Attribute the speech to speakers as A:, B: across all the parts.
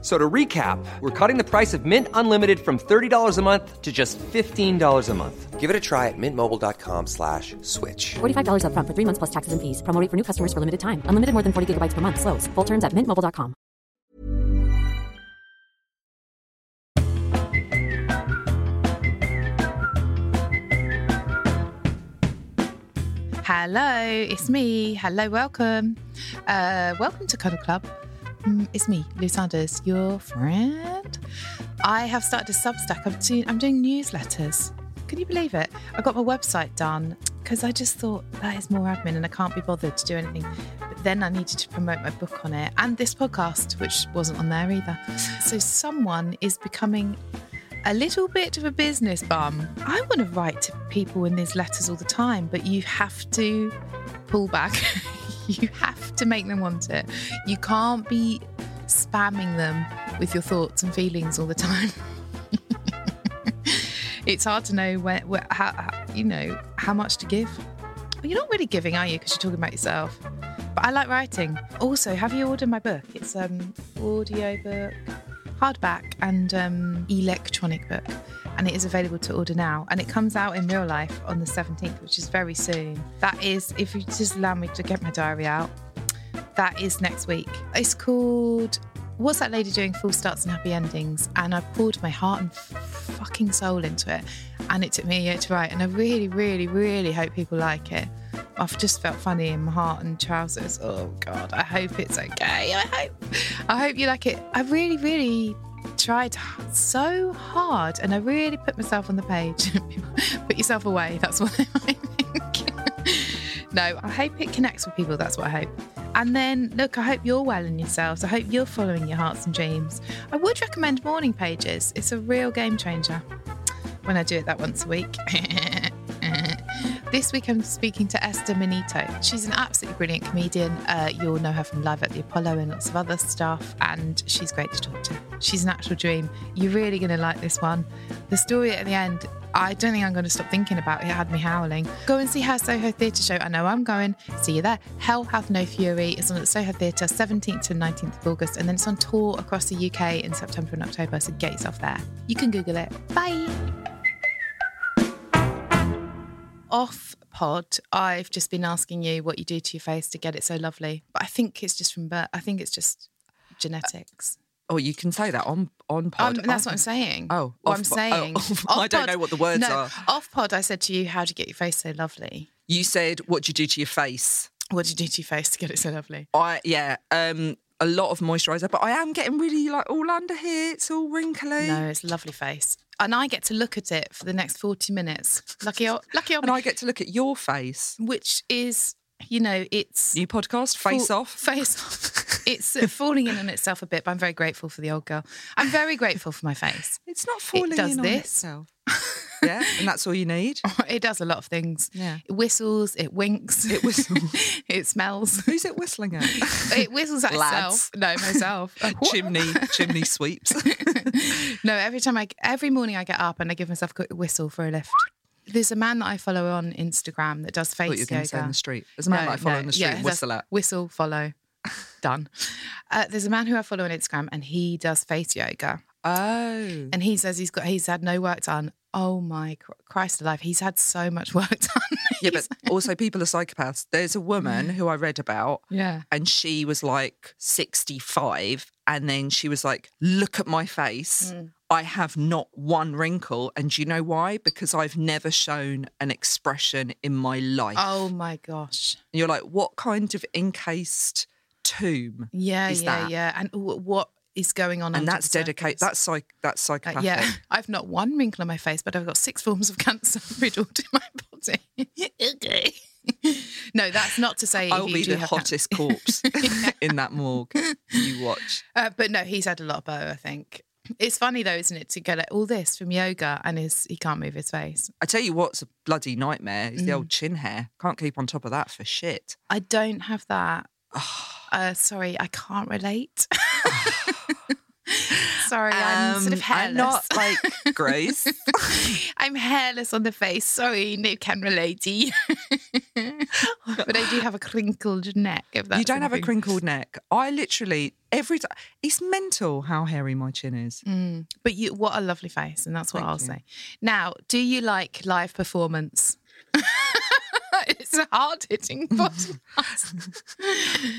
A: So to recap, we're cutting the price of Mint Unlimited from $30 a month to just $15 a month. Give it a try at mintmobile.com slash switch.
B: $45 upfront for three months plus taxes and fees. Promo rate for new customers for limited time. Unlimited more than 40 gigabytes per month. Slows. Full terms at mintmobile.com.
C: Hello, it's me. Hello, welcome. Uh, welcome to Cuddle Club. Mm, it's me, Lou Sanders, your friend. I have started a Substack. I'm doing, I'm doing newsletters. Can you believe it? I got my website done because I just thought that is more admin and I can't be bothered to do anything. But then I needed to promote my book on it and this podcast, which wasn't on there either. So someone is becoming a little bit of a business bum. I want to write to people in these letters all the time, but you have to pull back. you have to make them want it. You can't be spamming them with your thoughts and feelings all the time. it's hard to know where, where how, how, you know, how much to give. Well, you're not really giving, are you? Because you're talking about yourself. But I like writing. Also, have you ordered my book? It's um audiobook, hardback, and um, electronic book, and it is available to order now. And it comes out in real life on the 17th, which is very soon. That is, if you just allow me to get my diary out, that is next week. It's called What's That Lady Doing? Full Starts and Happy Endings. And I poured my heart and f- fucking soul into it. And it took me a year to write. And I really, really, really hope people like it. I've just felt funny in my heart and trousers. Oh God, I hope it's okay. I hope, I hope you like it. I really, really tried h- so hard, and I really put myself on the page. put yourself away. That's what I think. No, I hope it connects with people. That's what I hope. And then, look, I hope you're well in yourselves. I hope you're following your hearts and dreams. I would recommend morning pages, it's a real game changer when I do it that once a week. this week, I'm speaking to Esther Minito. She's an absolutely brilliant comedian. Uh, you'll know her from Live at the Apollo and lots of other stuff, and she's great to talk to. She's an actual dream. You're really going to like this one. The story at the end, I don't think I'm going to stop thinking about it. It had me howling. Go and see her Soho Theatre show. I know I'm going. See you there. Hell Hath No Fury is on at Soho Theatre 17th to 19th of August, and then it's on tour across the UK in September and October, so get yourself there. You can Google it. Bye. off pod, I've just been asking you what you do to your face to get it so lovely. But I think it's just from birth. I think it's just genetics.
D: Oh, you can say that on on
C: Um,
D: pod.
C: that's
D: Oh.
C: what I'm saying.
D: Oh,
C: What
D: off
C: I'm
D: po- oh,
C: saying.
D: off- I don't know what the words
C: no,
D: are.
C: Off pod, I said to you, how do you get your face so lovely?
D: You said what do you do to your face?
C: What do you do to your face to get it so lovely?
D: I yeah, um, a lot of moisturiser, but I am getting really like all under here. It's all wrinkly.
C: No, it's a lovely face, and I get to look at it for the next forty minutes. Lucky, old, lucky old,
D: And I get to look at your face.
C: which is, you know, it's
D: New podcast, face
C: fall-
D: off.
C: Face off. it's uh, falling in on itself a bit, but I'm very grateful for the old girl. I'm very grateful for my face.
D: It's not falling
C: does
D: in on
C: this.
D: itself. yeah, and that's all you need.
C: It does a lot of things.
D: Yeah.
C: It whistles, it winks, it
D: whistles.
C: it smells.
D: Who's it whistling at?
C: It whistles at
D: Lads.
C: itself. No, myself.
D: chimney, chimney sweeps.
C: no, every time I every morning I get up and I give myself a quick whistle for a lift. There's a man that I follow on Instagram that does face
D: What you're going
C: yoga.
D: to say in the street? There's a man that I follow on the street.
C: yeah,
D: and
C: that's-
D: whistle at.
C: Whistle, follow. Done. Uh, there's a man who I follow on Instagram and he does face yoga.
D: Oh,
C: And he says he's got he's had no work done. Oh my Chr- Christ alive! He's had so much work done.
D: yeah, but also people are psychopaths. There's a
C: Mm.
D: woman who I read about
C: yeah.
D: and she was like 65 and then she was like look at my face
C: Mm.
D: i have not one wrinkle and do you know why because i've never shown an expression in my life
C: Oh my gosh.
D: and you're like what kind of encased tomb
C: Yeah,
D: is
C: yeah,
D: that
C: yeah. And wh- what is going on?
D: and
C: under
D: that's
C: the
D: dedicated
C: surface?
D: that's psych that's
C: Uh,
D: psychopathic
C: yeah, I've not one wrinkle on my face, but I've got six forms of cancer riddled in my body. okay. No, that's not to say. if
D: i'll
C: you
D: be
C: do
D: the
C: have can-
D: hottest corpse in that morgue you watch
C: Uh, but no, he's had a lot of bow, I think. It's funny though, isn't it, to get like, all this from yoga and his he can't move his face.
D: i tell you what's a bloody nightmare is the
C: Mm.
D: old chin hair can't keep on top of that for shit
C: I don't have that. uh, sorry, I can't relate. Sorry, I'm sort of
D: Um,
C: hairless.
D: I'm not like Grace.
C: I'm hairless on the face. Sorry, no camera lady. but I do have a crinkled neck. If that's
D: you don't have a
C: anything.
D: crinkled neck. I literally every time it's mental how hairy my chin is.
C: Mm. But you, what a lovely face, and that's what I'll say. Now, do you like live performance? it's a hard hitting podcast.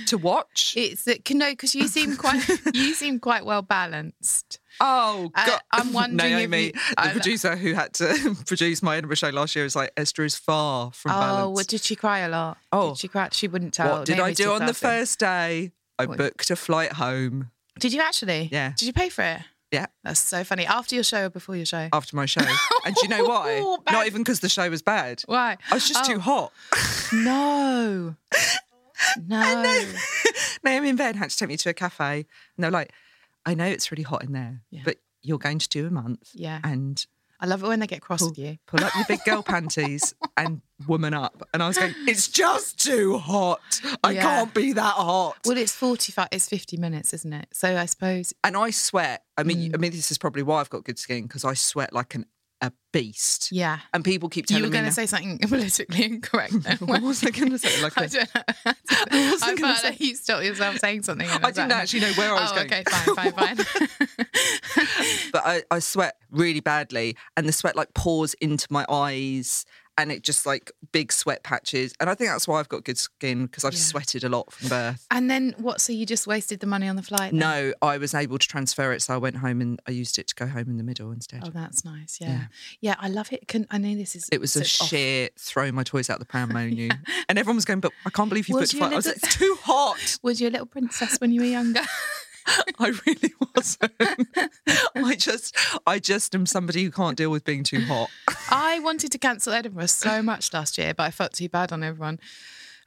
D: To watch.
C: it's a, no, because you seem quite you seem quite well balanced.
D: Oh
C: Uh,
D: God!
C: I'm wondering if
D: Naomi,
C: you- uh,
D: the
C: I-
D: producer who had to produce my Edinburgh show last year, was like, "Esther is far from
C: Oh,
D: balanced."
C: well, did she cry a lot?
D: Oh.
C: did she cry? She wouldn't tell.
D: what did I
C: Naomi
D: do
C: still
D: on the
C: tells him.
D: first day? I booked a flight home.
C: Did you actually?
D: Yeah.
C: Did you pay for it?
D: Yeah,
C: That's so funny. After your show or before your show?
D: after my show, and do you know why?
C: Oh, bad.
D: Not even because the show was bad.
C: Why?
D: I was just
C: Oh.
D: too hot.
C: No. No.
D: Naomi and Ben had to take me to a cafe, and they were like, "I know it's really hot in there, but you're going to do a month,
C: Yeah.
D: and
C: I love it when they get cross with you.
D: pull up your big girl panties and woman up." And I was going, "It's just too hot. I
C: Yeah.
D: can't be that hot."
C: Well, it's 45, it's 50 minutes, isn't it? So I suppose,
D: and I sweat. I
C: Mm.
D: mean, I mean, this is probably why I've got good skin because I sweat like an a beast.
C: yeah.
D: And people keep telling
C: You were
D: me
C: going
D: now-
C: to say something politically incorrect. then,
D: What
C: weren't
D: was I
C: you?
D: going to say? Like
C: I
D: a-
C: don't know. I,
D: I gonna
C: felt
D: say?
C: like you stopped yourself saying something. and
D: I
C: was
D: didn't
C: like,
D: actually know where I was
C: oh,
D: going.
C: Okay, fine, fine, fine.
D: but I, I sweat really badly and the sweat like pours into my eyes and it just like big sweat patches and i think that's why i've got good skin because i've sweated a lot from birth
C: and then what? So you just wasted the money on the flight? then?
D: no i was able to transfer it so i went home and i used it to go home in the middle instead
C: Oh, that's nice. Yeah. Yeah, I love it. Can, I know this is.
D: it was a
C: so off
D: sheer throw my toys out the pram menu and everyone was going but i can't believe you
C: Was
D: booked a
C: you a
D: flight i was like
C: little-
D: it's too hot
C: Was you a little princess when you were younger?
D: i really wasn't i just i just am somebody who can't deal with being too hot
C: I wanted to cancel Edinburgh so much last year, but I felt too bad on everyone.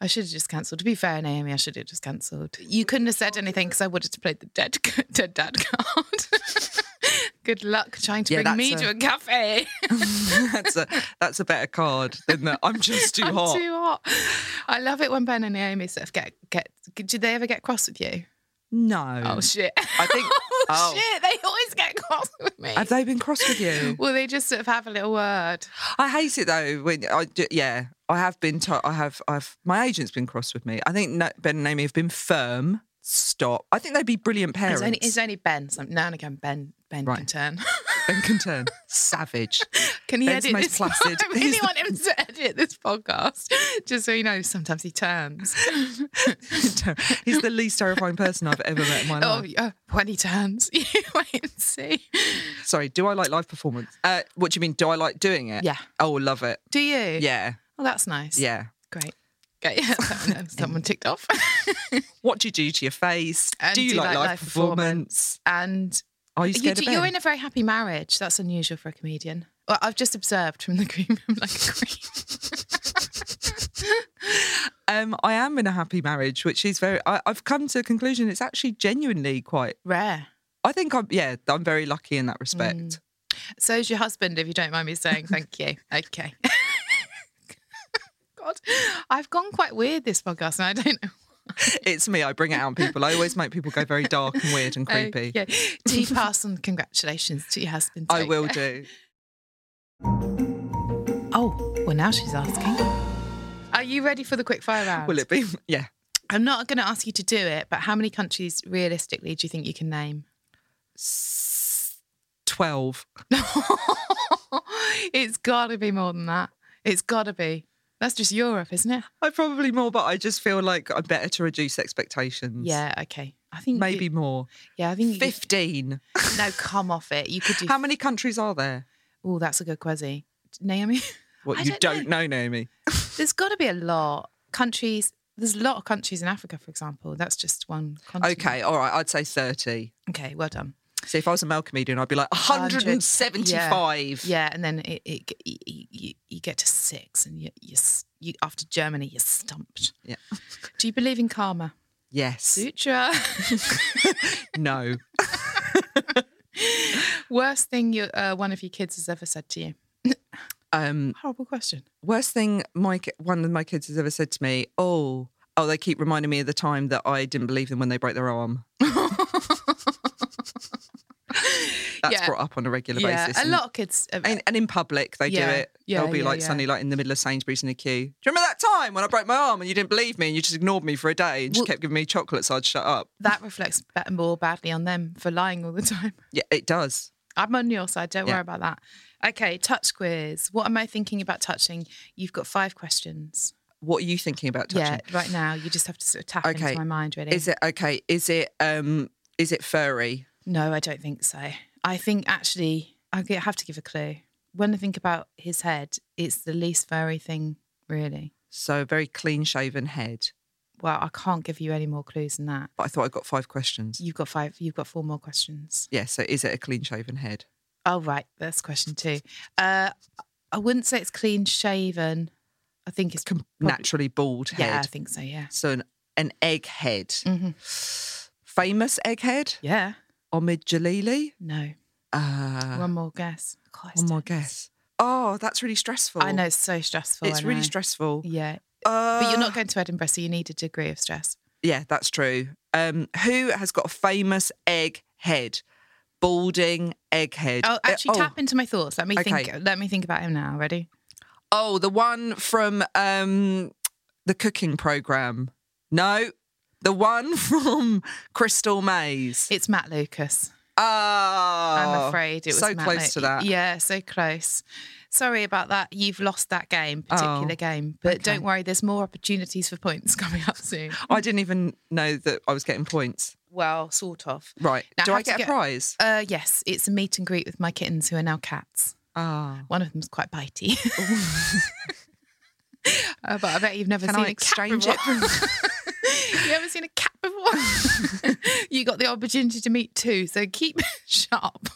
C: I should have just cancelled. To be fair, Naomi, I should have just cancelled. You couldn't have said anything because I would have played the dead, c- dead dad card. Good luck trying to
D: Yeah,
C: bring me
D: that's
C: to
D: a-
C: a cafe.
D: that's a that's a better card than the i'm just too
C: I'm
D: hot
C: too hot. I love it when Ben and Naomi sort of get get. Did they ever get cross with you?
D: No.
C: Oh shit!
D: Mm. I think-
C: oh,
D: oh.
C: shit! They always get cross with me.
D: Have they been cross with you?
C: Well, they just sort of have a little word.
D: I hate it though. When I do, yeah, I have been. To, I have. I've. My agent's been cross with me. I think Na- Ben and Amy have been firm. Stop. I think they'd be brilliant parents.
C: It's only, it's only Ben. Some, now and again, Ben Ben
D: Right.
C: can turn.
D: ben can turn savage.
C: Can he
D: Ben's
C: edit
D: most
C: this?
D: placid.
C: I really
D: He's-
C: want him to edit this podcast, just so you know. Sometimes he turns.
D: He's the least terrifying person I've ever met in my
C: oh,
D: life.
C: yeah, when he turns, you wait and see.
D: Sorry. Do I like live performance? Uh, what do you mean? Do I like doing it?
C: Yeah.
D: Oh, love it.
C: Do you?
D: Yeah.
C: Well, that's nice.
D: Yeah.
C: Great. Okay. yeah, someone- Someone ticked off.
D: What do you do to your face?
C: And
D: do you like, live, performance?
C: and
D: Are you
C: you
D: scared of
C: are
D: Ben?
C: in a very happy marriage. That's unusual for a comedian. Well, I've just observed from the green room like a queen.
D: Um, I am in a happy marriage, which is very. I, I've come to a conclusion. It's actually genuinely quite.
C: Rare.
D: I think I'm. Yeah, I'm very lucky in that respect.
C: Mm. So is your husband, if you don't mind me saying thank you. Okay. God, I've gone quite weird this podcast, and I don't know.
D: It's me. I bring it out on people. I always make people go very dark and weird and creepy.
C: Okay. Do you pass on congratulations to your husband?
D: I will
C: Okay.
D: do.
C: Oh, well, now she's asking. Are you ready for the quick fire round?
D: Will it be? Yeah,
C: I'm not going to ask you to do it, but how many countries realistically do you think you can name?
D: twelve.
C: it's got to be more than that. It's got to be. That's just Europe, isn't it?
D: I probably more, but I just feel like I'm better to reduce expectations.
C: Yeah. Okay. I think you-
D: maybe more.
C: yeah. I think you could-
D: Fifteen.
C: No, come off it. You could do.
D: How many countries are there?
C: Oh, that's a good quizzy. Naomi?
D: What
C: I
D: you
C: don't know.
D: don't know, Naomi.
C: There's got to be a lot. Countries, there's a lot of countries in Africa, for example. That's just one continent.
D: Okay, all right. I'd say thirty.
C: Okay, well done.
D: So if I was a male comedian, I'd be like 175.
C: Yeah, and then it, it, you- you, you get to six, and you, you, s- you after Germany, you're stumped.
D: Yeah.
C: Do you believe in karma?
D: Yes.
C: Sutra.
D: No.
C: Worst thing you, uh, one of your kids has ever said to you?
D: Um,
C: Horrible question.
D: worst thing my ki- one of my kids has ever said to me. Oh, oh, they keep reminding me of the time that I didn't believe them when they broke their arm. That's
C: Yeah.
D: brought up on a regular
C: yeah,
D: basis.
C: a
D: and-
C: lot of kids. uh,
D: And, and in public, they
C: Yeah,
D: do it.
C: yeah,
D: They'll be
C: yeah,
D: like
C: yeah.
D: suddenly, like in the middle of Sainsbury's in a queue. Do you remember that time when I broke my arm and you didn't believe me and you just ignored me for a day and just
C: Well-
D: kept giving me chocolate so I'd shut up?
C: that reflects ba- more badly on them for lying all the time.
D: Yeah, it does.
C: I'm on your side. Don't
D: Yeah.
C: worry about that. Okay, touch quiz. What am I thinking about touching? You've got five questions.
D: What are you thinking about touching?
C: Yeah, right now you just have to sort of tap
D: Okay.
C: into my mind. Really,
D: Is it okay? Is it um? Is it furry?
C: No, I don't think so. I think actually, I g- have to give a clue. When I think about his head, it's the least furry thing, really.
D: So a very clean shaven head.
C: Well, I can't give you any more clues than that.
D: But I thought I got five questions.
C: You've got five. You've got four more questions.
D: Yeah. So is it a clean shaven head?
C: Oh right, that's question two. Uh, I wouldn't say it's clean shaven. I think it's
D: Com-
C: prob-
D: naturally bald head.
C: Yeah, I think so. Yeah.
D: So an, an egg head.
C: Mhm.
D: Famous egghead.
C: Yeah.
D: Omid Jalili.
C: No.
D: Uh,
C: One more guess. God, it's
D: one more
C: tense.
D: guess. Oh, that's really stressful.
C: I know it's so stressful.
D: It's
C: I
D: really
C: know.
D: stressful.
C: Yeah.
D: Uh,
C: But you're not going to Edinburgh, so you need a degree of stress.
D: Yeah, that's true. Um, who has got a famous egg head? Balding egghead.
C: Oh,
D: Uh,
C: actually, tap into my thoughts. Let me
D: Okay.
C: think. Let me think about him now. Ready?
D: Oh, the one from um the cooking program. No, the one from Crystal Maze.
C: It's Matt Lucas.
D: Oh,
C: I'm afraid it was
D: so
C: Matt
D: close
C: Lu-
D: to that.
C: Yeah, so close. Sorry about that. You've lost that game, particular
D: Oh,
C: game. But
D: okay.
C: don't worry, there's more opportunities for points coming up soon.
D: I didn't even know that I was getting points.
C: Well, sort of.
D: Right.
C: Now,
D: Do
C: how
D: I
C: to
D: get,
C: get-
D: a prize?
C: Uh, yes, it's a meet and greet with my kittens who are now cats.
D: Ah.
C: One of them's quite bitey. Uh, but I bet you've never
D: Can
C: seen
D: I
C: a
D: exchange
C: cat
D: it?
C: before. you haven't seen a cat before. you got the opportunity to meet two, so keep sharp.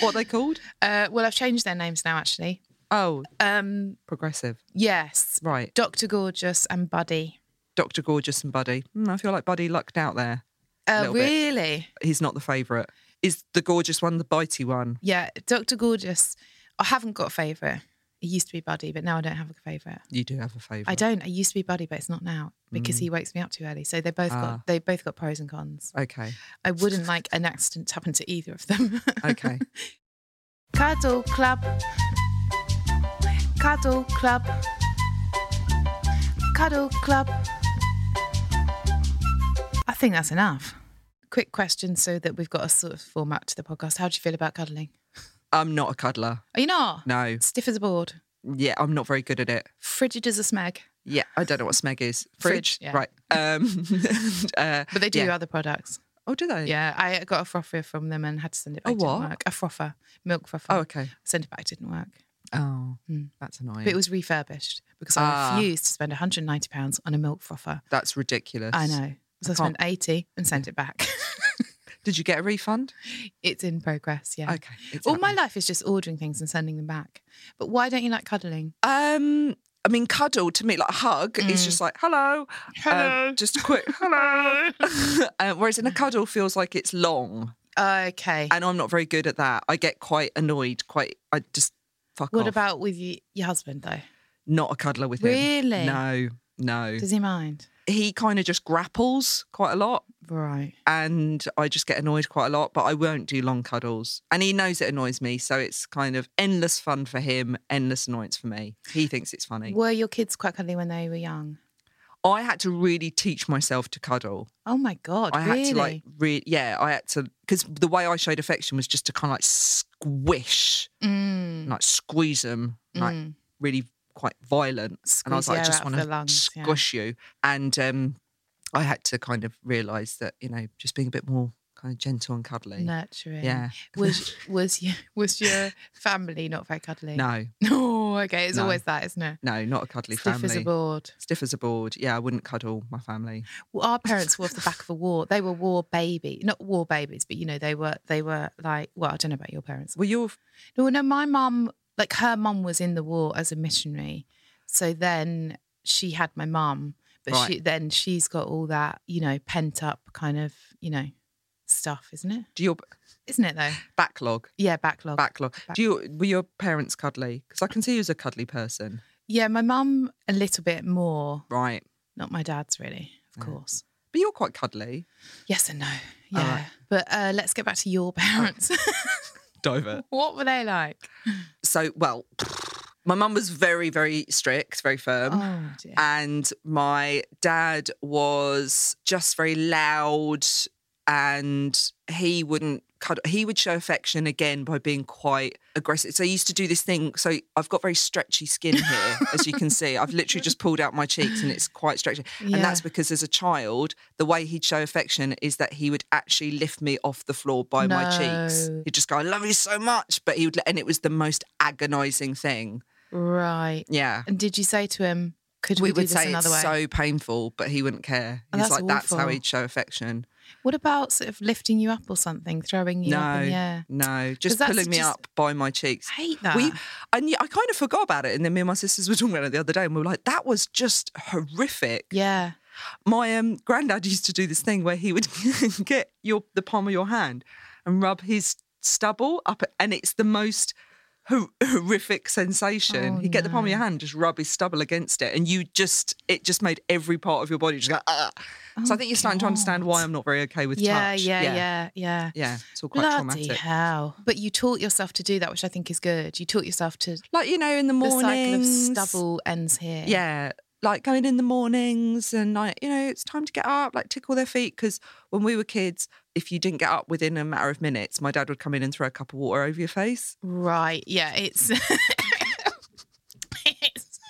D: what are they called?
C: Uh, well, I've changed their names now, actually.
D: Oh,
C: Um,
D: progressive.
C: yes,
D: Right.
C: Doctor Gorgeous and Buddy.
D: Dr. Gorgeous and Buddy. Hmm, I feel like Buddy lucked out there.
C: Uh,
D: Little bit.
C: really?
D: He's not the favourite. Is the gorgeous one the bitey one?
C: Yeah, Doctor Gorgeous. I haven't got a favourite. It used to be Buddy, but now I don't have a favourite.
D: You do have a favourite. Mm.
C: I don't. I used to be Buddy, but it's not now because he wakes me up too early. So they both
D: Ah.
C: got they both got pros and cons.
D: Okay.
C: I wouldn't like an accident to happen to either of them.
D: Okay.
C: Cuddle Club. Cuddle Club. Cuddle Club. I think that's enough. Quick question so that we've got a sort of format to the podcast. How do you feel about cuddling?
D: I'm not a cuddler.
C: Are you not?
D: No.
C: Stiff as a board.
D: Yeah, I'm not very good at it.
C: Frigid as a smeg.
D: Yeah, I don't know what smeg is.
C: Fridge,
D: Fridge,
C: yeah.
D: right? Um, uh,
C: But they do
D: yeah.
C: other products.
D: Oh, do they?
C: Yeah, I got a frother from them and had to send it back.
D: A
C: It didn't
D: what?
C: work. A frother, milk frother.
D: Oh, okay.
C: Sent it back, it didn't work.
D: Oh, that's annoying.
C: Hmm. But it was refurbished because I
D: Ah.
C: refused to spend £190 on a milk frother.
D: that's ridiculous.
C: I know. So I, spent 80 and sent it back.
D: Did you get a refund?
C: it's in progress, yeah.
D: Okay. it's
C: All my life is just ordering things and sending them back. But why don't you like cuddling?
D: Um, I mean, cuddle to me like a hug
C: Mm.
D: is just like hello, hello, just a quick hello. uh, whereas in a cuddle feels like it's long,
C: Okay.
D: and I'm not very good at that. I get quite annoyed. Quite, I just fuck
C: what
D: off.
C: about with y- your husband, though?
D: not a cuddler with him?
C: Really?
D: No, no.
C: Does he mind?
D: he kind of just grapples quite a lot.
C: Right.
D: and I just get annoyed quite a lot, but I won't do long cuddles. And he knows it annoys me, so it's kind of endless fun for him, endless annoyance for me. He thinks it's funny.
C: Were your kids quite cuddly when they were young?
D: I had to really teach myself to cuddle.
C: Oh my God.
D: I had
C: really?
D: to like re- yeah, I had to because the way I showed affection was just to kind of like squish,
C: Mm.
D: like squeeze them, like
C: Mm.
D: really quite violent. and I
C: Squeeze
D: was
C: the
D: like, I
C: air
D: just
C: out of
D: want
C: the lungs,
D: to
C: yeah.
D: squish you. And um, I had to kind of realise that you know just being a bit more kind of gentle and cuddly.
C: Nurturing.
D: Yeah.
C: Was was your was your family not very cuddly?
D: No,
C: No. Oh, okay. It's
D: No.
C: always that, isn't it?
D: No, not a cuddly
C: Stiff
D: family.
C: as a board.
D: Stiff as a board. Yeah, I wouldn't cuddle my family.
C: Well, our parents were off the back of a war. They were war baby, not war babies, but you know they were they were like. Well, I don't know about your parents.
D: Well, you're
C: No, no. My mum, like her mum, was in the war as a missionary. So then she had my mum, but
D: Right.
C: she then she's got all that you know pent up kind of you know stuff, isn't it?
D: do your
C: Isn't it though?
D: backlog.
C: Yeah, backlog.
D: Backlog. Do you were your parents cuddly? Because I can see you as a cuddly person,
C: Yeah, my mum a little bit more,
D: right?
C: not my dad's really, of course.
D: But you're quite cuddly.
C: Yes and no.
D: All
C: Yeah.
D: right.
C: But uh, let's get back to your parents.
D: Divert.
C: what were they like?
D: So, well, my mum was very, very strict, very firm.
C: Oh, dear.
D: and my dad was just very loud and he wouldn't cut he would show affection again by being quite aggressive so i used to do this thing so i've got very stretchy skin here as you can see i've literally just pulled out my cheeks and it's quite stretchy
C: Yeah.
D: and that's because as a child the way he'd show affection is that he would actually lift me off the floor by my cheeks
C: No.
D: he'd just go i love you so much but he would and it was the most agonizing thing
C: Right.
D: yeah
C: And did you say to him, could we, do
D: we would
C: this
D: say
C: another
D: it's
C: way?
D: so painful, but he wouldn't care.
C: Oh,
D: He's
C: that's
D: like, that's how
C: awful.
D: he'd show affection.
C: What about sort of lifting you up or something, throwing you up
D: no,
C: in the air?
D: no, just
C: that's
D: pulling me
C: just-
D: up by my cheeks.
C: I hate that.
D: We, I, knew, I kind of forgot about it, and then me and my sisters were talking about it the other day, and we were like, that was just horrific.
C: Yeah.
D: My um, granddad used to do this thing where he would get your the palm of your hand and rub his stubble up, and it's the most. hor- Horrific sensation.
C: Oh,
D: He'd get the palm of your hand, just rub his stubble against it, and you just, it just made every part of your body just go, ah. So I think you're starting to understand why I'm not very okay with
C: Oh, Yeah,
D: touch.
C: yeah, yeah,
D: yeah.
C: yeah,
D: Yeah, it's all quite
C: Bloody
D: traumatic.
C: hell. But you taught yourself to do that, which I think is good. You taught yourself to
D: Like, you know, in the
C: the cycle of
D: mornings.
C: stubble ends here.
D: Yeah. Like going in the mornings and like, you know, it's time to get up, like tickle their feet. Because when we were kids, if you didn't get up within a matter of minutes, my dad would come in and throw a cup of water over your face.
C: Right. Yeah. It's it's,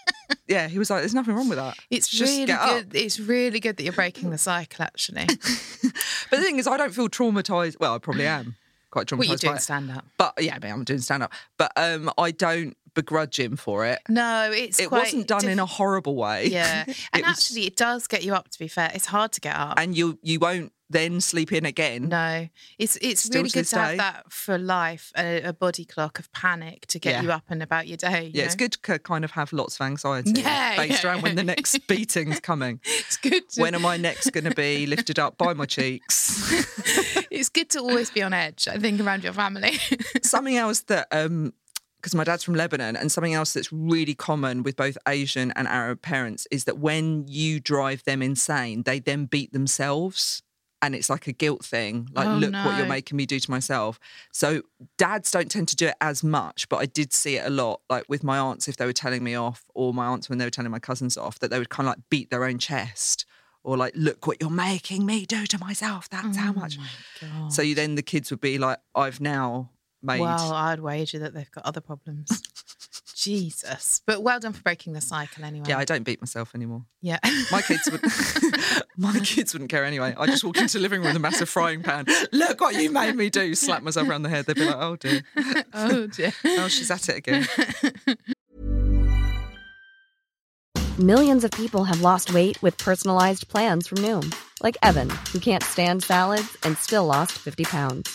D: Yeah, he was like, there's nothing wrong with that.
C: it's
D: Just
C: really
D: get up.
C: good. It's really good that you're breaking the cycle actually.
D: But the thing is, I don't feel traumatized. Well, I probably am quite traumatized.
C: what you
D: by
C: doing
D: it.
C: stand up.
D: But yeah, I mean, I'm doing stand up. But um, I don't begrudge him for it.
C: No, it's
D: It
C: quite
D: wasn't done in a horrible way.
C: diff- Yeah.
D: It
C: And
D: was-
C: actually it does get you up to be fair. It's hard to get up.
D: and you you won't then sleep in again.
C: No, it's it's
D: Still
C: really
D: to
C: good
D: this
C: to have
D: day.
C: that for life, a, a body clock of panic to get
D: Yeah.
C: you up and about your day. you
D: Yeah, it's
C: know?
D: good to kind of have lots of anxiety
C: Yeah,
D: based
C: yeah.
D: around when the next beating's coming.
C: It's good. To,
D: when am I next going to be lifted up by my cheeks?
C: it's good to always be on edge. I think around your family.
D: something else that, um, because my dad's from Lebanon, and something else that's really common with both Asian and Arab parents is that when you drive them insane, they then beat themselves. And it's like a guilt thing, like,
C: Oh,
D: look what
C: no.
D: you're making me do to myself. So, dads don't tend to do it as much, but I did see it a lot, like with my aunts, if they were telling me off, or my aunts when they were telling my cousins off, that they would kind of like beat their own chest, or like, look what you're making me do to myself. That's how much. So you, then the kids would be like, I've now made.
C: well, I'd wager that they've got other problems. Jesus, but well done for breaking the cycle anyway.
D: yeah, I don't beat myself anymore.
C: yeah.
D: My kids would, my kids wouldn't care anyway. I just walk into the living room with a massive frying pan. Look what you made me do! Slap myself around the head. They'd be like, "Oh dear,
C: oh dear.
D: oh she's at it again."
E: Millions of people have lost weight with personalized plans from Noom, like Evan, who can't stand salads and still lost 50 pounds.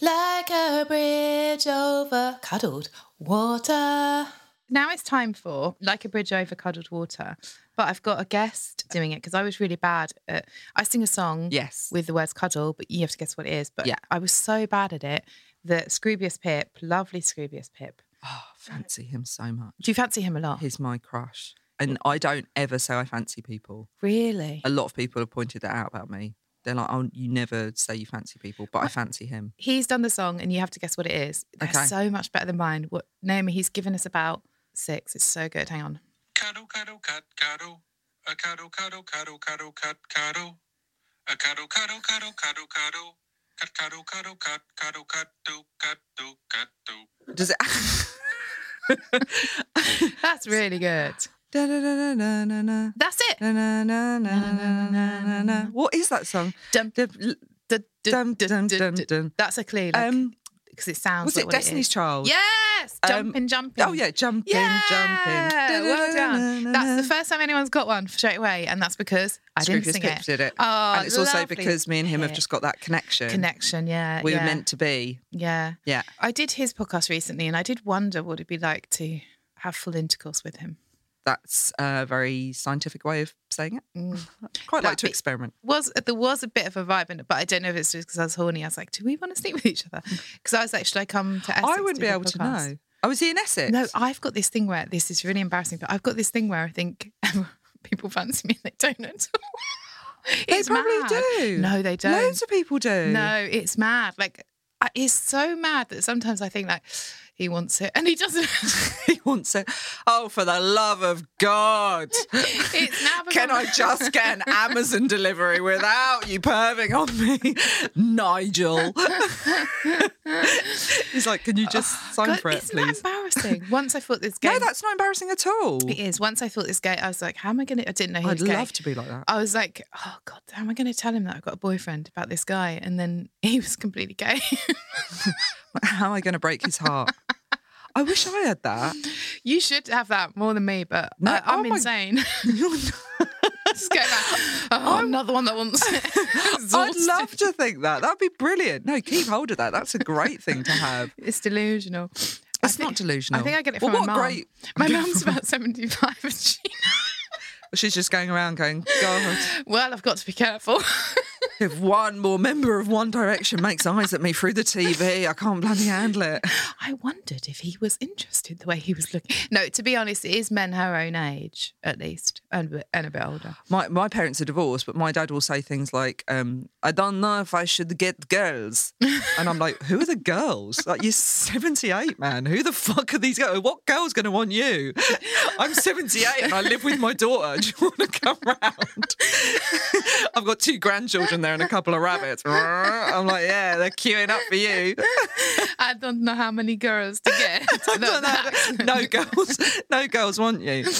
C: like a bridge over cuddled water. Now it's time for like a bridge over cuddled water. But I've got a guest doing it because I was really bad at. I sing a song,
D: Yes.
C: with the words cuddle, but you have to guess what it is. But
D: Yeah.
C: I was so bad at it that Scroobius Pip, lovely Scroobius Pip.
D: Oh, fancy him so much.
C: Do you fancy him a lot?
D: He's my crush, and I don't ever say I fancy people.
C: really?
D: A lot of people have pointed that out about me. They're like, "Oh, you never say you fancy people," but I fancy him.
C: He's done the song, and you have to guess what it is. They're
D: Okay.
C: so much better than mine. What Naomi? He's given us about six. It's so good. Hang on.
F: Cuddle, cuddle, cut, cuddle. A cuddle, cuddle, cuddle, cuddle, cut, cuddle. A cuddle, cuddle, cuddle, cuddle, cuddle. Cut, cuddle, cuddle, cut, cuddle, cuddle, cuddle, cuddle.
D: Does it?
C: That's really good.
D: Da, da, da, da, da, da,
C: That's it.
D: da, na, na, na, na, na, na, na. What is that song?
C: Dum,
D: Dum,
C: dun, dun, dun,
D: dum, dum,
C: dun,
D: dum,
C: dun.
D: dum.
C: That's a clue. Like,
D: Um,
C: because it sounds
D: Was
C: like
D: it
C: what
D: Destiny's
C: is.
D: Child?
C: Yes,
D: Um,
C: jumping, jumping.
D: Oh yeah, jumping,
C: Yeah,
D: jumping.
C: well done. That's the first time anyone's got one straight away, and that's because I didn't
D: Scroobius
C: sing
D: Pips
C: it.
D: did it.
C: Oh,
D: and it's also
C: lovely
D: because me and him have
C: hit.
D: just got that connection.
C: connection. Yeah,
D: We
C: yeah,
D: were meant to be.
C: Yeah,
D: Yeah.
C: I did his podcast recently, and I did wonder what it'd be like to have full intercourse with him.
D: That's a very scientific way of saying it.
C: Mm.
D: Quite
C: No,
D: like to
C: but-
D: experiment.
C: was there was a bit of a vibe in it, but I don't know if it's just because I was horny. I was like, do we want to sleep with each other? Because I was like, should I come to Essex?
D: I wouldn't
C: do
D: be
C: the
D: able to
C: podcast?
D: know. Oh, is he in Essex?
C: No, I've got this thing where this is really embarrassing, but I've got this thing where I think people fancy me and they don't at all.
D: they
C: It's
D: probably
C: mad.
D: do.
C: No, they don't.
D: Loads of people do.
C: No, it's mad. Like I- it's so mad that sometimes I think like he wants it and he doesn't.
D: He wants it. Oh, for the love of God.
C: it's now become-
D: Can I just get an Amazon delivery without you perving on me, Nigel? He's like, can you just sign
C: God,
D: for it,
C: isn't that
D: please?
C: embarrassing? Once I thought this game,
D: No, that's not embarrassing at all.
C: it is. Once I thought this gay, I was like, how am I gonna? I didn't know he
D: I'd
C: was gay.
D: love to be like that.
C: I was like, oh god, how am I going to tell him that I've got a boyfriend about this guy? And then he was completely gay.
D: How am I going to break his heart? I wish I had that.
C: you should have that more than me, but
D: No,
C: I,
D: oh
C: I'm
D: my-
C: insane.
D: You're not-
C: Just go back. Oh, another one that wants.
D: I'd
C: Exhausted.
D: love to think that. That'd be brilliant. No, keep hold of that. That's a great thing to have.
C: It's delusional. I
D: It's
C: think-
D: not delusional.
C: I think I get it
D: Well,
C: from my
D: what
C: mum.
D: great-
C: My mum's about seventy-five, and she.
D: She's just going around going, God,
C: Well, I've got to be careful.
D: if one more member of One Direction makes eyes at me through the TV, I can't bloody handle it.
C: I wondered if he was interested the way he was looking. No, to be honest, it is men her own age, at least, and, and a bit older.
D: My my parents are divorced, but my dad will say things like, um, "I don't know if I should get girls," and I'm like, "Who are the girls? Like you're 78, man. Who the fuck are these girls? What girl's going to want you? I'm 78 and I live with my daughter. Do you want to come round? I've got two grandchildren there and a couple of rabbits. I'm like, yeah, they're queuing up for you.
C: I don't know how many girls to get.
D: No, no, no girls, no girls want you.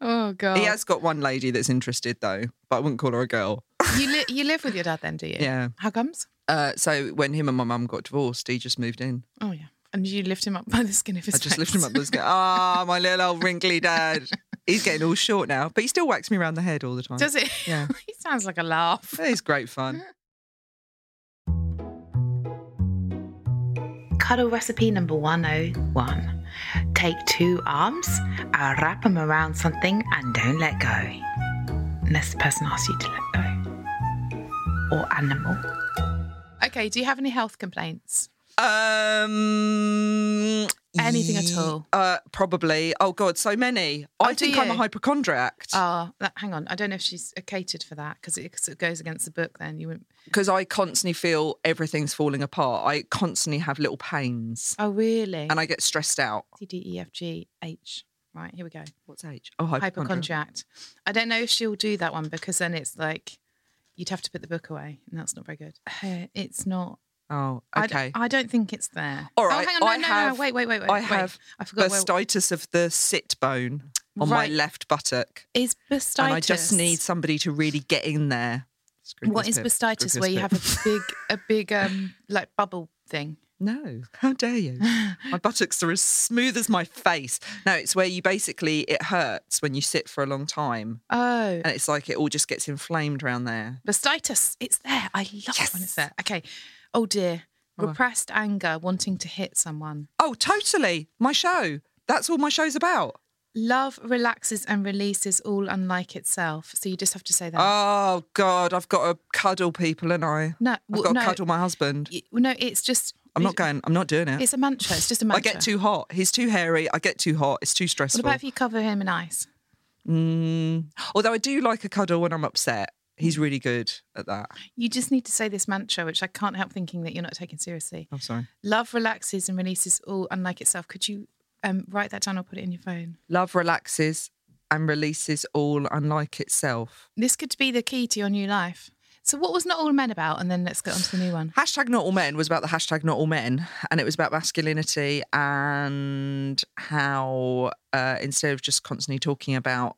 C: Oh god.
D: He has got one lady that's interested though, but I wouldn't call her a girl.
C: You li- you live with your dad then, do you?
D: Yeah.
C: How comes?
D: Uh, so when him and my mum got divorced, he just moved in.
C: Oh yeah. And you lift him up by the skin of his
D: I just
C: face.
D: lifted him up. and was going, Ah, my little old wrinkly dad. He's getting all short now, but he still whacks me around the head all the time.
C: Does it?
D: Yeah.
C: he sounds like a laugh.
D: He's great fun.
C: Cuddle recipe number 101. Take two arms, uh, wrap them around something, and don't let go. Unless the person asks you to let go. Or animal. Okay, do you have any health complaints?
D: Um,
C: Anything at
D: ye-
C: all?
D: Uh, probably. Oh God, so many. I
C: Oh, do
D: think I'm a
C: you?
D: hypochondriac
C: Oh, that, hang on. I don't know if she's uh, catered for that because it, 'cause it goes against the book then. You wouldn't.
D: because I constantly feel everything's falling apart. I constantly have little pains,
C: Oh, really?
D: and I get stressed out.
C: T D E F G H. Right, here we go.
D: What's H? Oh, hypochondriac.
C: Hypercontract. I don't know if she'll do that one because then it's like you'd have to put the book away, and that's not very good. Uh, It's not.
D: Oh,
C: I d-
D: okay.
C: I don't think it's there.
D: All right.
C: Oh, hang on. No,
D: I
C: no,
D: have,
C: no. Wait, wait, wait, wait.
D: I
C: wait.
D: have
C: I forgot. Where,
D: bursitis of the sit bone on
C: Right.
D: my left buttock.
C: is bursitis?
D: And I just need somebody to really get in there.
C: What is bursitis? Where you have a big, a big, um, like bubble thing.
D: No, how dare you? My buttocks are as smooth as my face. No, it's where you basically, it hurts when you sit for a long time.
C: Oh,
D: And it's like it all just gets inflamed around there.
C: bursitis. It's there. I love it when it's there. Okay. Oh dear. Repressed anger, wanting to hit someone.
D: Oh, totally. My show. That's all my show's about.
C: Love relaxes and releases all unlike itself. So you just have to say that.
D: Oh, God, I've got to cuddle people, and I?
C: No,
D: I've
C: well,
D: got to
C: no.
D: cuddle my husband.
C: Y- well, No, it's just.
D: I'm not going, I'm not doing it.
C: It's a mantra. It's just a
D: I
C: mantra.
D: get too hot. He's too hairy. I get too hot. It's too
C: What
D: stressful.
C: about if you cover him in ice?
D: Mm. Although I do like a cuddle when I'm upset. He's really good at that.
C: You just need to say this mantra, which I can't help thinking that you're not taking seriously.
D: I'm sorry.
C: Love relaxes and releases all unlike itself. Could you um, write that down or put it in your phone?
D: Love relaxes and releases all unlike itself.
C: This could be the key to your new life. So, what was Not All Men about? And then let's get on to the new one.
D: Hashtag not all men was about the hashtag not all men, and it was about masculinity and how uh, instead of just constantly talking about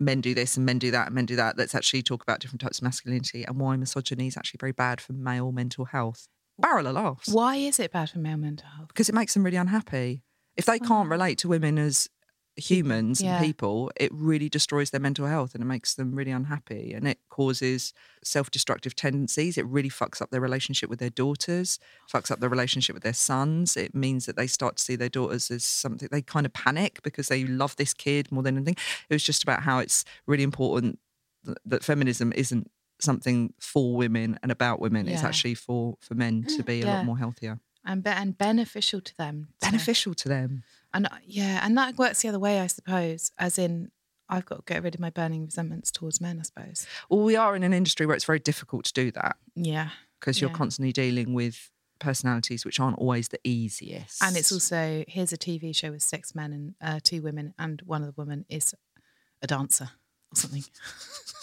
D: men do this and men do that and men do that, let's actually talk about different types of masculinity and why misogyny is actually very bad for male mental health. Barrel of laughs.
C: Why is it bad for male mental health?
D: because it makes them really unhappy. If they can't relate to women as humans
C: Yeah.
D: and people, it really destroys their mental health and it makes them really unhappy and it causes self destructive tendencies. It really fucks up their relationship with their daughters, fucks up their relationship with their sons. It means that they start to see their daughters as something they kind of panic because they love this kid more than anything. It was just about how it's really important th- that feminism isn't something for women and about women. It's
C: Yeah. Mm,
D: actually for for men to be a
C: Yeah.
D: lot more healthier.
C: And, be- and beneficial to them. to-
D: Beneficial to them.
C: And uh, yeah, and that works the other way, I suppose, as in I've got to get rid of my burning resentments towards men, I suppose.
D: Well, we are in an industry where it's very difficult to do that
C: Yeah.
D: because you're
C: Yeah.
D: constantly dealing with personalities which aren't always the easiest.
C: And it's also here's a TV show with six men and uh, two women, and one of the women is a dancer or something.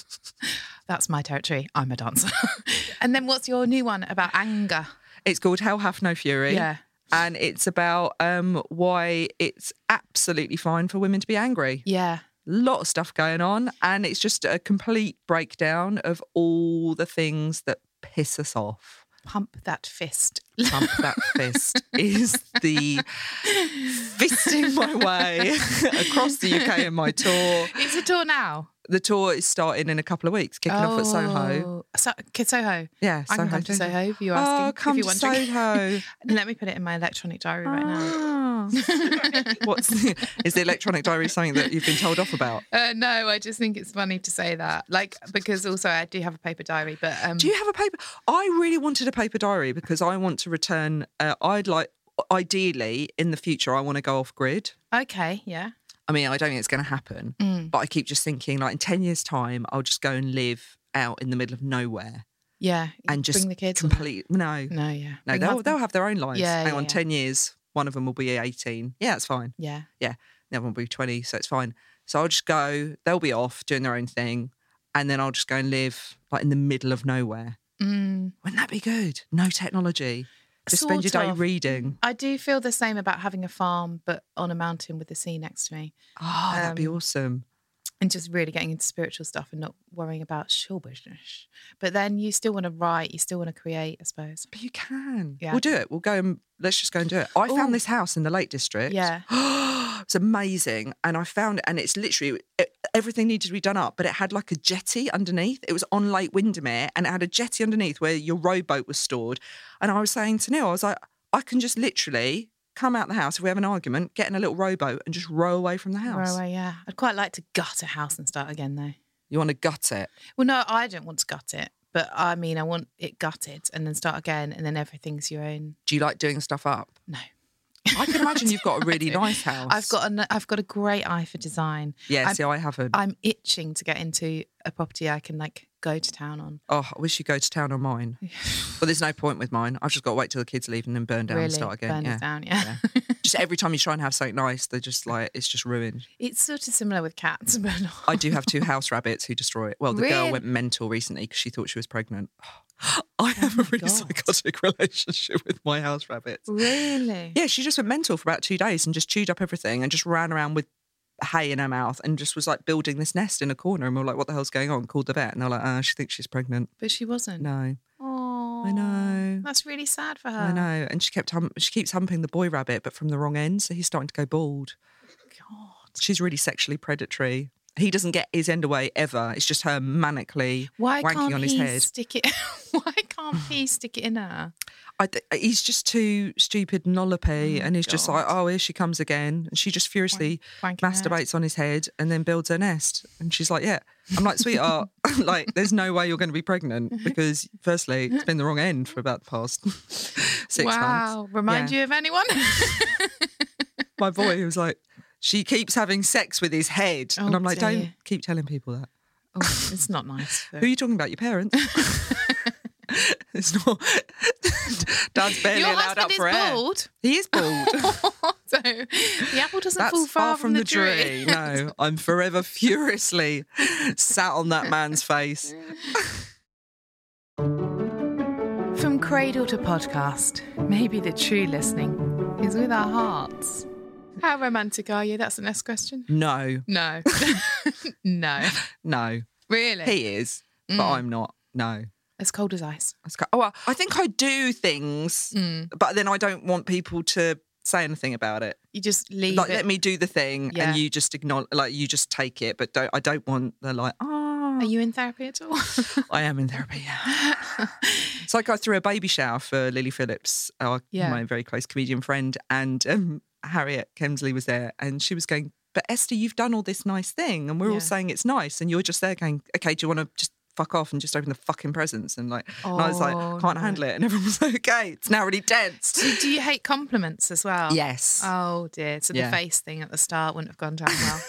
C: That's my territory. I'm a dancer. and then what's your new one about anger?
D: it's called Hell Hath No Fury.
C: Yeah.
D: And it's about um, why it's absolutely fine for women to be angry.
C: Yeah.
D: lot of stuff going on, and it's just a complete breakdown of all the things that piss us off.
C: Pump that fist.
D: Pump that fist is the fisting my way across the UK in my tour.
C: It's a tour now.
D: the tour is starting in a couple of weeks, kicking off at Soho.
C: Oh, So, okay, Soho.
D: Yeah,
C: I can come to Soho if you're asking.
D: Oh, come
C: if you're
D: to
C: wondering.
D: Soho.
C: Let me put it in my electronic diary right now.
D: Ah. What's the, is the electronic diary something that you've been told off about?
C: Uh, no, I just think it's funny to say that. Like, because also I do have a paper diary, but um,
D: Do you have a paper? I really wanted a paper diary because I want to return. Uh, I'd like, ideally, in the future, I want to go off grid.
C: okay, yeah.
D: I mean, I don't think it's going to happen,
C: Mm.
D: but I keep just thinking, like, in ten years' time, I'll just go and live out in the middle of nowhere
C: Yeah. you
D: and just
C: bring the kids. on that.
D: complete. No,
C: No, yeah.
D: No,
C: Bring
D: they'll,
C: husband.
D: they'll have their own lives.
C: Yeah,
D: Hang
C: yeah,
D: on,
C: yeah.
D: 10 years, one of them will be 18. Yeah, it's fine.
C: Yeah.
D: Yeah, the other one will be 20, so it's fine. So I'll just go, they'll be off doing their own thing, and then I'll just go and live like in the middle of nowhere.
C: Mm.
D: Wouldn't that be good? No technology. Just spend your
C: Sort
D: day
C: of.
D: reading.
C: I do feel the same about having a farm, but on a mountain with the sea next to me,
D: Oh, that'd be
C: Um,
D: awesome.
C: and just really getting into spiritual stuff and not worrying about show business. But then you still want to write, you still want to create, I suppose.
D: But you can.
C: Yeah.
D: We'll do it. We'll go and let's just go and do it. I
C: Ooh.
D: found this house in the Lake District.
C: Yeah.
D: It's amazing. And I found, and it's literally it, everything needed to be done up, but it had like a jetty underneath. It was on Lake Windermere and it had a jetty underneath where your rowboat was stored. And I was saying to Neil, I was like, I can just literally come out the house if we have an argument, get in a little rowboat and just row away from the house.
C: Row away, yeah. I'd quite like to gut a house and start again, though.
D: You want to gut it.
C: Well, no, I don't want to gut it, but I mean, I want it gutted and then start again, and then everything's your own.
D: Do you like doing stuff up?
C: No.
D: I can imagine you've got a really
C: I do.
D: nice house.
C: I've got an, I've got a great eye for design.
D: Yeah,
C: I'm-
D: see, I haven't.
C: I'm itching to get into a property I can like go to town on.
D: Oh, I wish you go to town on mine. but there's no point with mine. I've just got to wait till the kids leave and then burn down and
C: really
D: start again.
C: burn
D: yeah.
C: it down, yeah.
D: Just every time you try and have something nice, they're just like it's just ruined.
C: it's sort of similar with cats, but not.
D: I do have two house rabbits who destroy it. Well, the girl
C: Really? Oh
D: went mental recently because she thought she was pregnant. I have a really psychotic relationship with my house rabbits.
C: really.
D: Yeah, she just went mental for about two days and just chewed up everything and just ran around with hay in her mouth and just was like building this nest in a corner. And we were like, "What the hell's going on?" Called the vet and they're like, "Uh, she thinks she's pregnant."
C: But she wasn't.
D: No,
C: Oh,
D: know.
C: That's really sad for her.
D: I know. And she kept hum- she keeps humping the boy rabbit, but from the wrong end, so he's starting to go bald. God, she's really sexually predatory. He doesn't get his end away ever. It's just her manically
C: Why
D: wanking
C: can't
D: on his
C: he
D: head.
C: stick it? Why can't he stick it in her?
D: I th- he's just too stupid and lollopy, and he's just like, oh, here she comes again. And she just furiously
C: wanking her head.
D: masturbates on his head and then builds her nest. And she's like, yeah. I'm like, sweetheart, like, there's no way you're going to be pregnant because, firstly, it's been the wrong end for about the past six months.
C: wow! Remind
D: Yeah.
C: you of anyone?
D: my boy who was like, she keeps having sex with his head. and
C: Oh,
D: I'm like, don't
C: dear.
D: keep telling people that.
C: oh, it's not nice.
D: Who are you talking about? Your parents? it's not. Dad's barely
C: Your
D: allowed
C: husband
D: up
C: is
D: for air.
C: bald.
D: He is bald.
C: so the apple doesn't
D: That's
C: fall far, from, the tree.
D: No, I'm forever furiously sat on that man's face.
C: From cradle to podcast, maybe the true listening is with our hearts. How romantic are you? That's the next question.
D: No,
C: No. no.
D: no,
C: Really? Mm.
D: he is, but I'm not. No,
C: As cold as ice.
D: That's quite- oh, well, I think I do things,
C: Mm.
D: but then I don't want people to say anything about it.
C: You just leave
D: Like,
C: it.
D: let me do the thing,
C: Yeah.
D: and you just ignore, like, you just take it, but don't. I don't want the like.
C: Are
D: Oh,
C: you in therapy at all?
D: I am in therapy. Yeah. it's like I threw a baby shower for Lily Phillips, our,
C: Yeah.
D: my very close comedian friend, and um, Harriet Kemsley was there, and she was going, "But Esther, you've done all this nice thing, and we're
C: Yeah.
D: all saying it's nice, and you're just there going, okay, do you want to just?" Fuck off and just open the fucking presents and like and I was like
C: Oh,
D: can't
C: no.
D: handle it and everyone was like okay it's now really dense
C: do, do you hate compliments as well?
D: yes
C: Oh dear. So
D: Yeah.
C: the face thing at the start wouldn't have gone down well.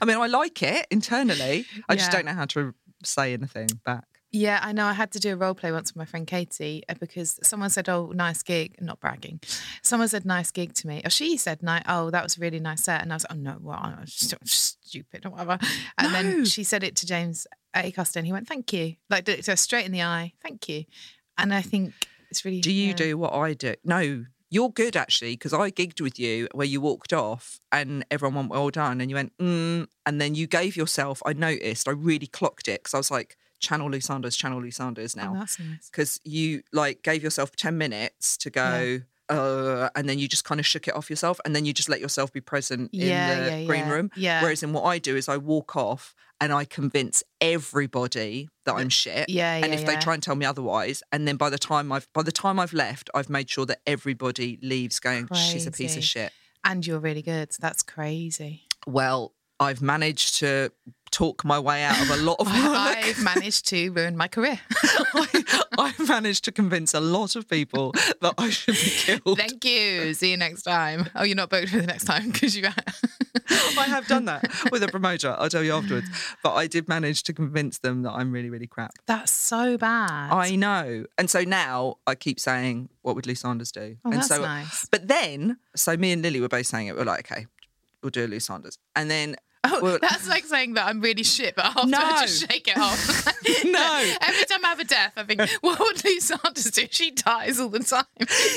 D: I mean I like it internally I just
C: Yeah.
D: don't know how to say anything back
C: Yeah, I know. I had to do a role play once with my friend Katie uh, because someone said, "Oh, nice gig." Not bragging. Someone said, "Nice gig" to me, or she said, "Nice." Oh, that was a really nice set, and I was, "Oh no, well, I'm just I'm stupid or whatever." And then she said it to James Acaster, and he went, "Thank you," like did it to her straight in the eye, "Thank you." And I think it's really.
D: Do you
C: yeah.
D: do what I do? No, you're good actually, because I gigged with you where you walked off and everyone went, well done. And you went, mm. And then you gave yourself, I noticed, I really clocked it because I was like, channel Lou Sanders, channel Lou Sanders
C: Oh,
D: now.
C: that's nice.
D: Because you like gave yourself 10 minutes to go. Uh, and then you just kind of shook it off yourself, and then you just let yourself be present in
C: Yeah,
D: the
C: yeah,
D: green
C: yeah,
D: room.
C: yeah.
D: Whereas in what I do is I walk off and I convince everybody that I'm shit.
C: Yeah,
D: And
C: yeah,
D: if they
C: yeah.
D: try and tell me otherwise, and then by the time I've by the time I've left, I've made sure that everybody leaves going, she's a piece
C: Crazy.
D: of shit.
C: And you're really good. That's crazy.
D: Well, I've managed to talk my way out of a lot of work.
C: I, I've managed to ruin my career.
D: I, I've managed to convince a lot of people that I should be killed.
C: Thank you. See you next time. Oh, you're not booked for the next time because you.
D: I have done that with a promoter. I'll tell you afterwards. But I did manage to convince them that I'm really, really crap.
C: That's so bad.
D: I know. And so now I keep saying, what would Lou Sanders do?
C: Oh,
D: and
C: that's
D: so, uh,
C: nice.
D: But then, so me and Lily were both saying it. We're like, okay, we'll do a Lou Sanders. And then,
C: Oh,
D: we'll-
C: that's like saying that I'm really shit, but after
D: No.
C: I just shake it off.
D: No.
C: Every time I have a death, I think, what would Lou Sanders do? She dies all the time.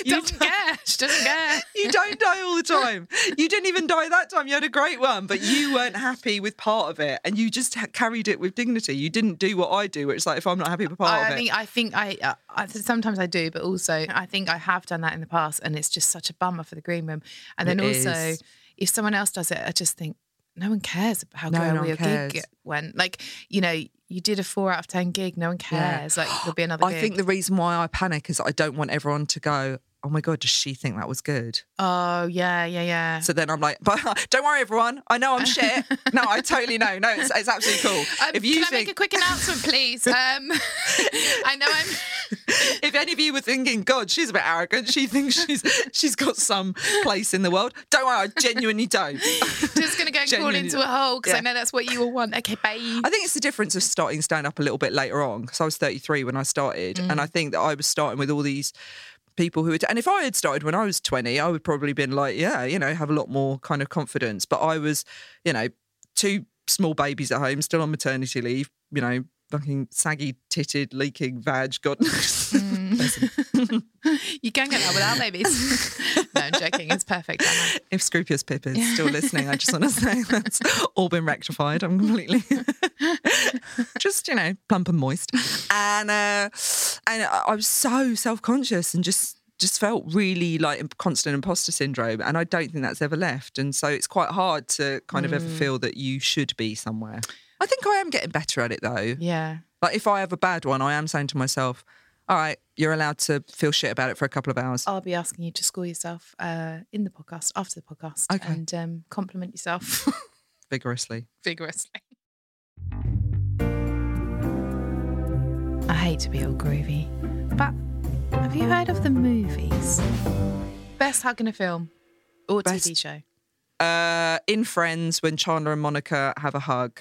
C: doesn't care. She doesn't care.
D: you don't die all the time. You didn't even die that time. You had a great one, but you weren't happy with part of it, and you just ha- carried it with dignity. You didn't do what I do. Where it's like if I'm not happy with part
C: I
D: of it,
C: think I think I, uh, I sometimes I do, but also I think I have done that in the past, and it's just such a bummer for the green room. And then
D: It
C: also,
D: is.
C: if someone else does it, I just think no one cares about how
D: No,
C: good
D: no one
C: your
D: cares.
C: gig went. Like you know, you did a four out of ten gig. No one
D: Yeah.
C: cares. Like there'll be another.
D: I
C: gig.
D: think the reason why I panic is I don't want everyone to go. Oh my god, does she think that was good?
C: oh yeah, yeah, yeah.
D: So then I'm like, but don't worry, everyone. I know I'm shit. No, I totally know. No, it's, it's absolutely cool.
C: Um,
D: if you
C: can I
D: think,
C: make a quick announcement, please? Um, I know I'm.
D: if any of you were thinking, God, she's a bit arrogant. She thinks she's she's got some place in the world. Don't worry, I genuinely don't.
C: Just going to go and crawl
D: Genuinely.
C: into a hole because
D: Yeah.
C: I know that's what you all want. Okay, bye.
D: I think it's the difference of starting stand up a little bit later on because I was 33 when I started, and I think that I was starting with all these people who had. And if I had started when I was 20, I would probably been like, yeah, you know, have a lot more kind of confidence. But I was, you know, two small babies at home, still on maternity leave, you know, fucking saggy titted, leaking vag, God knows.
C: You can get that without babies. no, I'm joking. It's perfect. Emma.
D: if Scrupulous Pip is still listening, I just want to say that's all been rectified. I'm completely just, you know, plump and moist. And uh, and I I was so self conscious and just just felt really like imp- constant imposter syndrome. And I don't think that's ever left. And so it's quite hard to kind of ever feel that you should be somewhere. I think I am getting better at it though.
C: Yeah.
D: Like if I have a bad one, I am saying to myself, all right, you're allowed to feel shit about it for a couple of hours.
C: I'll be asking you to score yourself uh, in the podcast, after the podcast,
D: Okay.
C: and um, compliment yourself
D: Vigorously.
C: vigorously. I hate to be all groovy, but have you heard of the movies? Best hug in a film or
D: Best-
C: TV show?
D: uh, in Friends when Chandler and Monica have a hug,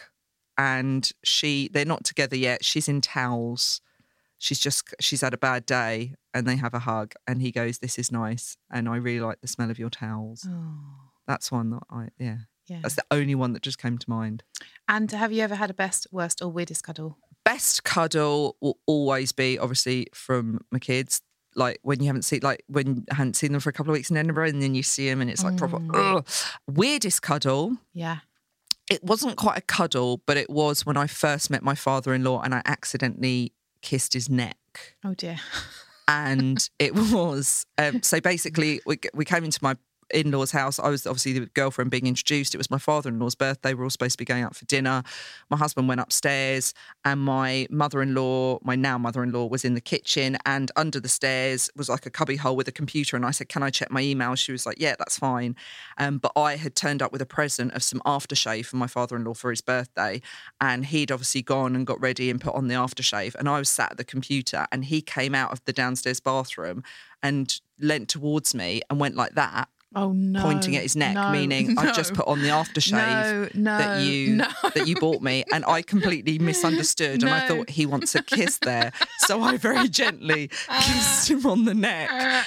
D: and she they're not together yet. She's in towels. She's just she's had a bad day, and they have a hug, and he goes, "This is nice, and I really like the smell of your towels." That's one that I yeah.
C: Yeah.
D: That's the only one that just came to mind.
C: And have you ever had a best, worst, or weirdest cuddle?
D: Best cuddle will always be obviously from my kids. Like when you haven't seen, like when I hadn't seen them for a couple of weeks in Edinburgh, and then you see them, and it's like proper ugh. weirdest cuddle.
C: Yeah.
D: it wasn't quite a cuddle, but it was when I first met my father in law and I accidentally kissed his neck
C: Oh dear.
D: and it was um, so basically we, we came into my in-laws house i was obviously the girlfriend being introduced it was my father-in-law's birthday we are all supposed to be going out for dinner my husband went upstairs and my mother-in-law my now mother-in-law was in the kitchen and under the stairs was like a cubby hole with a computer and i said can i check my email she was like yeah that's fine um, but i had turned up with a present of some aftershave for my father-in-law for his birthday and he'd obviously gone and got ready and put on the aftershave and i was sat at the computer and he came out of the downstairs bathroom and leant towards me and went like that
C: Oh no.
D: pointing at his neck,
C: No,
D: meaning I've
C: no.
D: just put on the aftershave
C: No,
D: that
C: no,
D: you
C: no.
D: that you bought me, and I completely misunderstood, and I
C: No.
D: thought he wants a kiss there, so I very gently kissed him on the neck.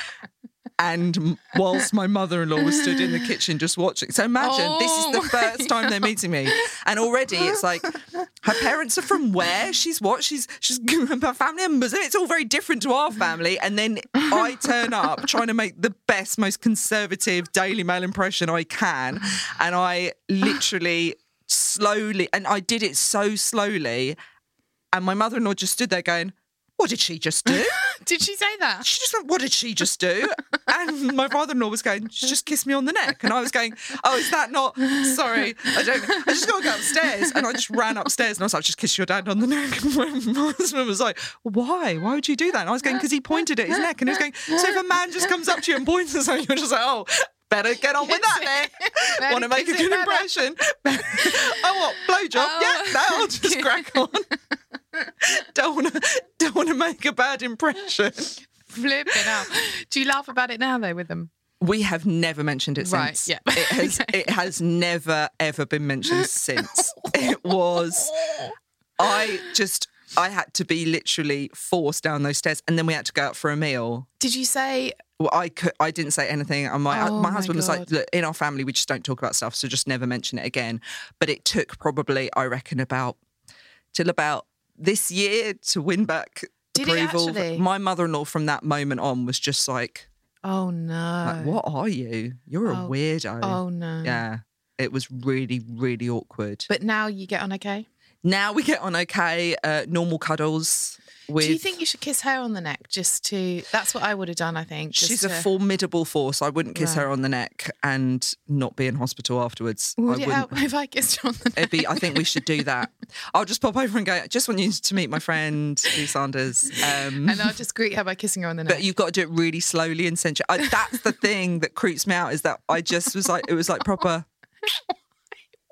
D: And whilst my mother-in-law was stood in the kitchen just watching, so imagine this is
C: Oh
D: the first time they're meeting me, and already it's like her parents are from where? She's what? She's she's her family are Muslim. It's all very different to our family. And then I turn up trying to make the best, most conservative Daily Mail impression I can, and I literally slowly, and I did it so slowly, and my mother-in-law just stood there going. What did she just do?
C: Did she say that?
D: She just went, What did she just do? And my father in law was going, She just kissed me on the neck. And I was going, Oh, is that not? Sorry, I don't. I just got to go upstairs. And I just ran upstairs and I was like, Just kiss your dad on the neck. And my husband was like, Why? Why would you do that? And I was going, Because he pointed at his neck. And he was going, So if a man just comes up to you and points at something, you're just like, Oh, Better get on with that there.
C: Better
D: Want to make a
C: kiss it
D: good
C: better."
D: impression. oh, what? Blowjob?
C: Oh.
D: Yeah, no, I'll just crack on. don't want to don't wanna make a bad impression.
C: Flipping out. Do you laugh about it now though with them?
D: We have never mentioned it
C: Right,
D: since.
C: yeah.
D: It has it has never ever been mentioned since. It was I just I had to be literally forced down those stairs and then we had to go out for a meal.
C: Did you say
D: Well, I could, I didn't say anything, and my
C: Oh,
D: my
C: my
D: husband was like,
C: God.
D: "Look, in our family, we just don't talk about stuff, so just never mention it again." But it took probably, I reckon, about till about this year to win back
C: Did it
D: approval.
C: actually?
D: My mother-in-law, from that moment on, was just like,
C: Oh no.
D: like, what are you? You're a
C: Oh.
D: weirdo.
C: Oh no.
D: Yeah. It was really, really awkward. But
C: But now you get on okay.
D: now we get on okay. Uh, normal cuddles with.
C: Do you think you should kiss her on the neck just to that's what I would have done, I think. just
D: She's a
C: to-
D: formidable force. I wouldn't kiss
C: Right.
D: her on the neck and not be in hospital afterwards. I
C: Would it
D: wouldn't.
C: help if I kissed her on the neck?
D: It'd be, I think we should do that. I'll just pop over and go. I just want you to meet my friend Lou Sanders. Um,
C: and I'll just greet her by kissing her on the neck.
D: but you've got to do it really slowly and sensually. I, that's the thing that creeps me out is that I just was like, it was like proper.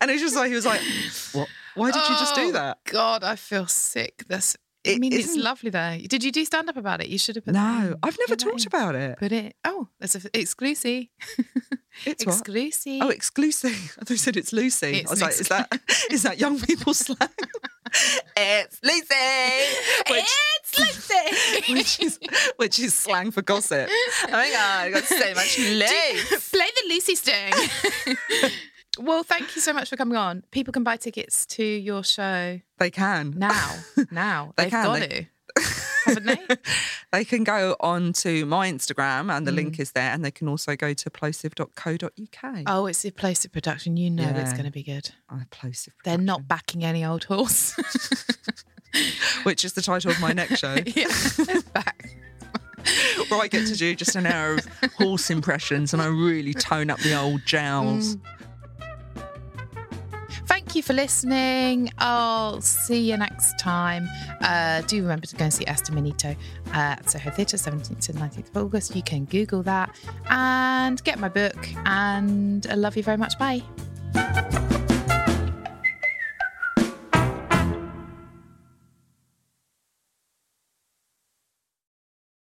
D: and it was just like, he was like, what? Why did you just do
C: Oh,
D: that?
C: God, I feel sick. That's I
D: It
C: mean, it's
D: isn't-
C: lovely there. Did you do stand up about it? You should have put that
D: No,
C: in.
D: I've never
C: Put that
D: talked
C: in.
D: about it.
C: Put it. Oh, that's a f- exclusive.
D: It's what?
C: exclusive.
D: Oh, exclusive. I thought you said it's Lucy.
C: It's
D: I was
C: an
D: like, is that is that young people slang? it's Lucy. it's Lucy. which is which is slang for gossip. Oh my god, I got so much loose.
C: Play the Lucy sting. well, thank you so much for coming on. People can buy tickets to your show
D: They can.
C: now. Now
D: They
C: have
D: can,
C: got
D: they-
C: to. Haven't they?
D: They can go on to my Instagram and the link is there, and they can also go to plosive.co.uk.
C: Mm. Oh, it's a place of production. You know it's
D: Yeah.
C: going to be good.
D: Oh, plosive,
C: They're not backing any old horse.
D: which is the title of my next show,
C: yeah, back.
D: where I get to do just an hour of horse impressions, and I really tone up the old jowls.
C: Thank you for listening. I'll see you next time. Uh, do remember to go and see Esther Minito uh, at Soho Theatre, 17th to 19th of August. You can Google that and get my book. And I love you very much. Bye.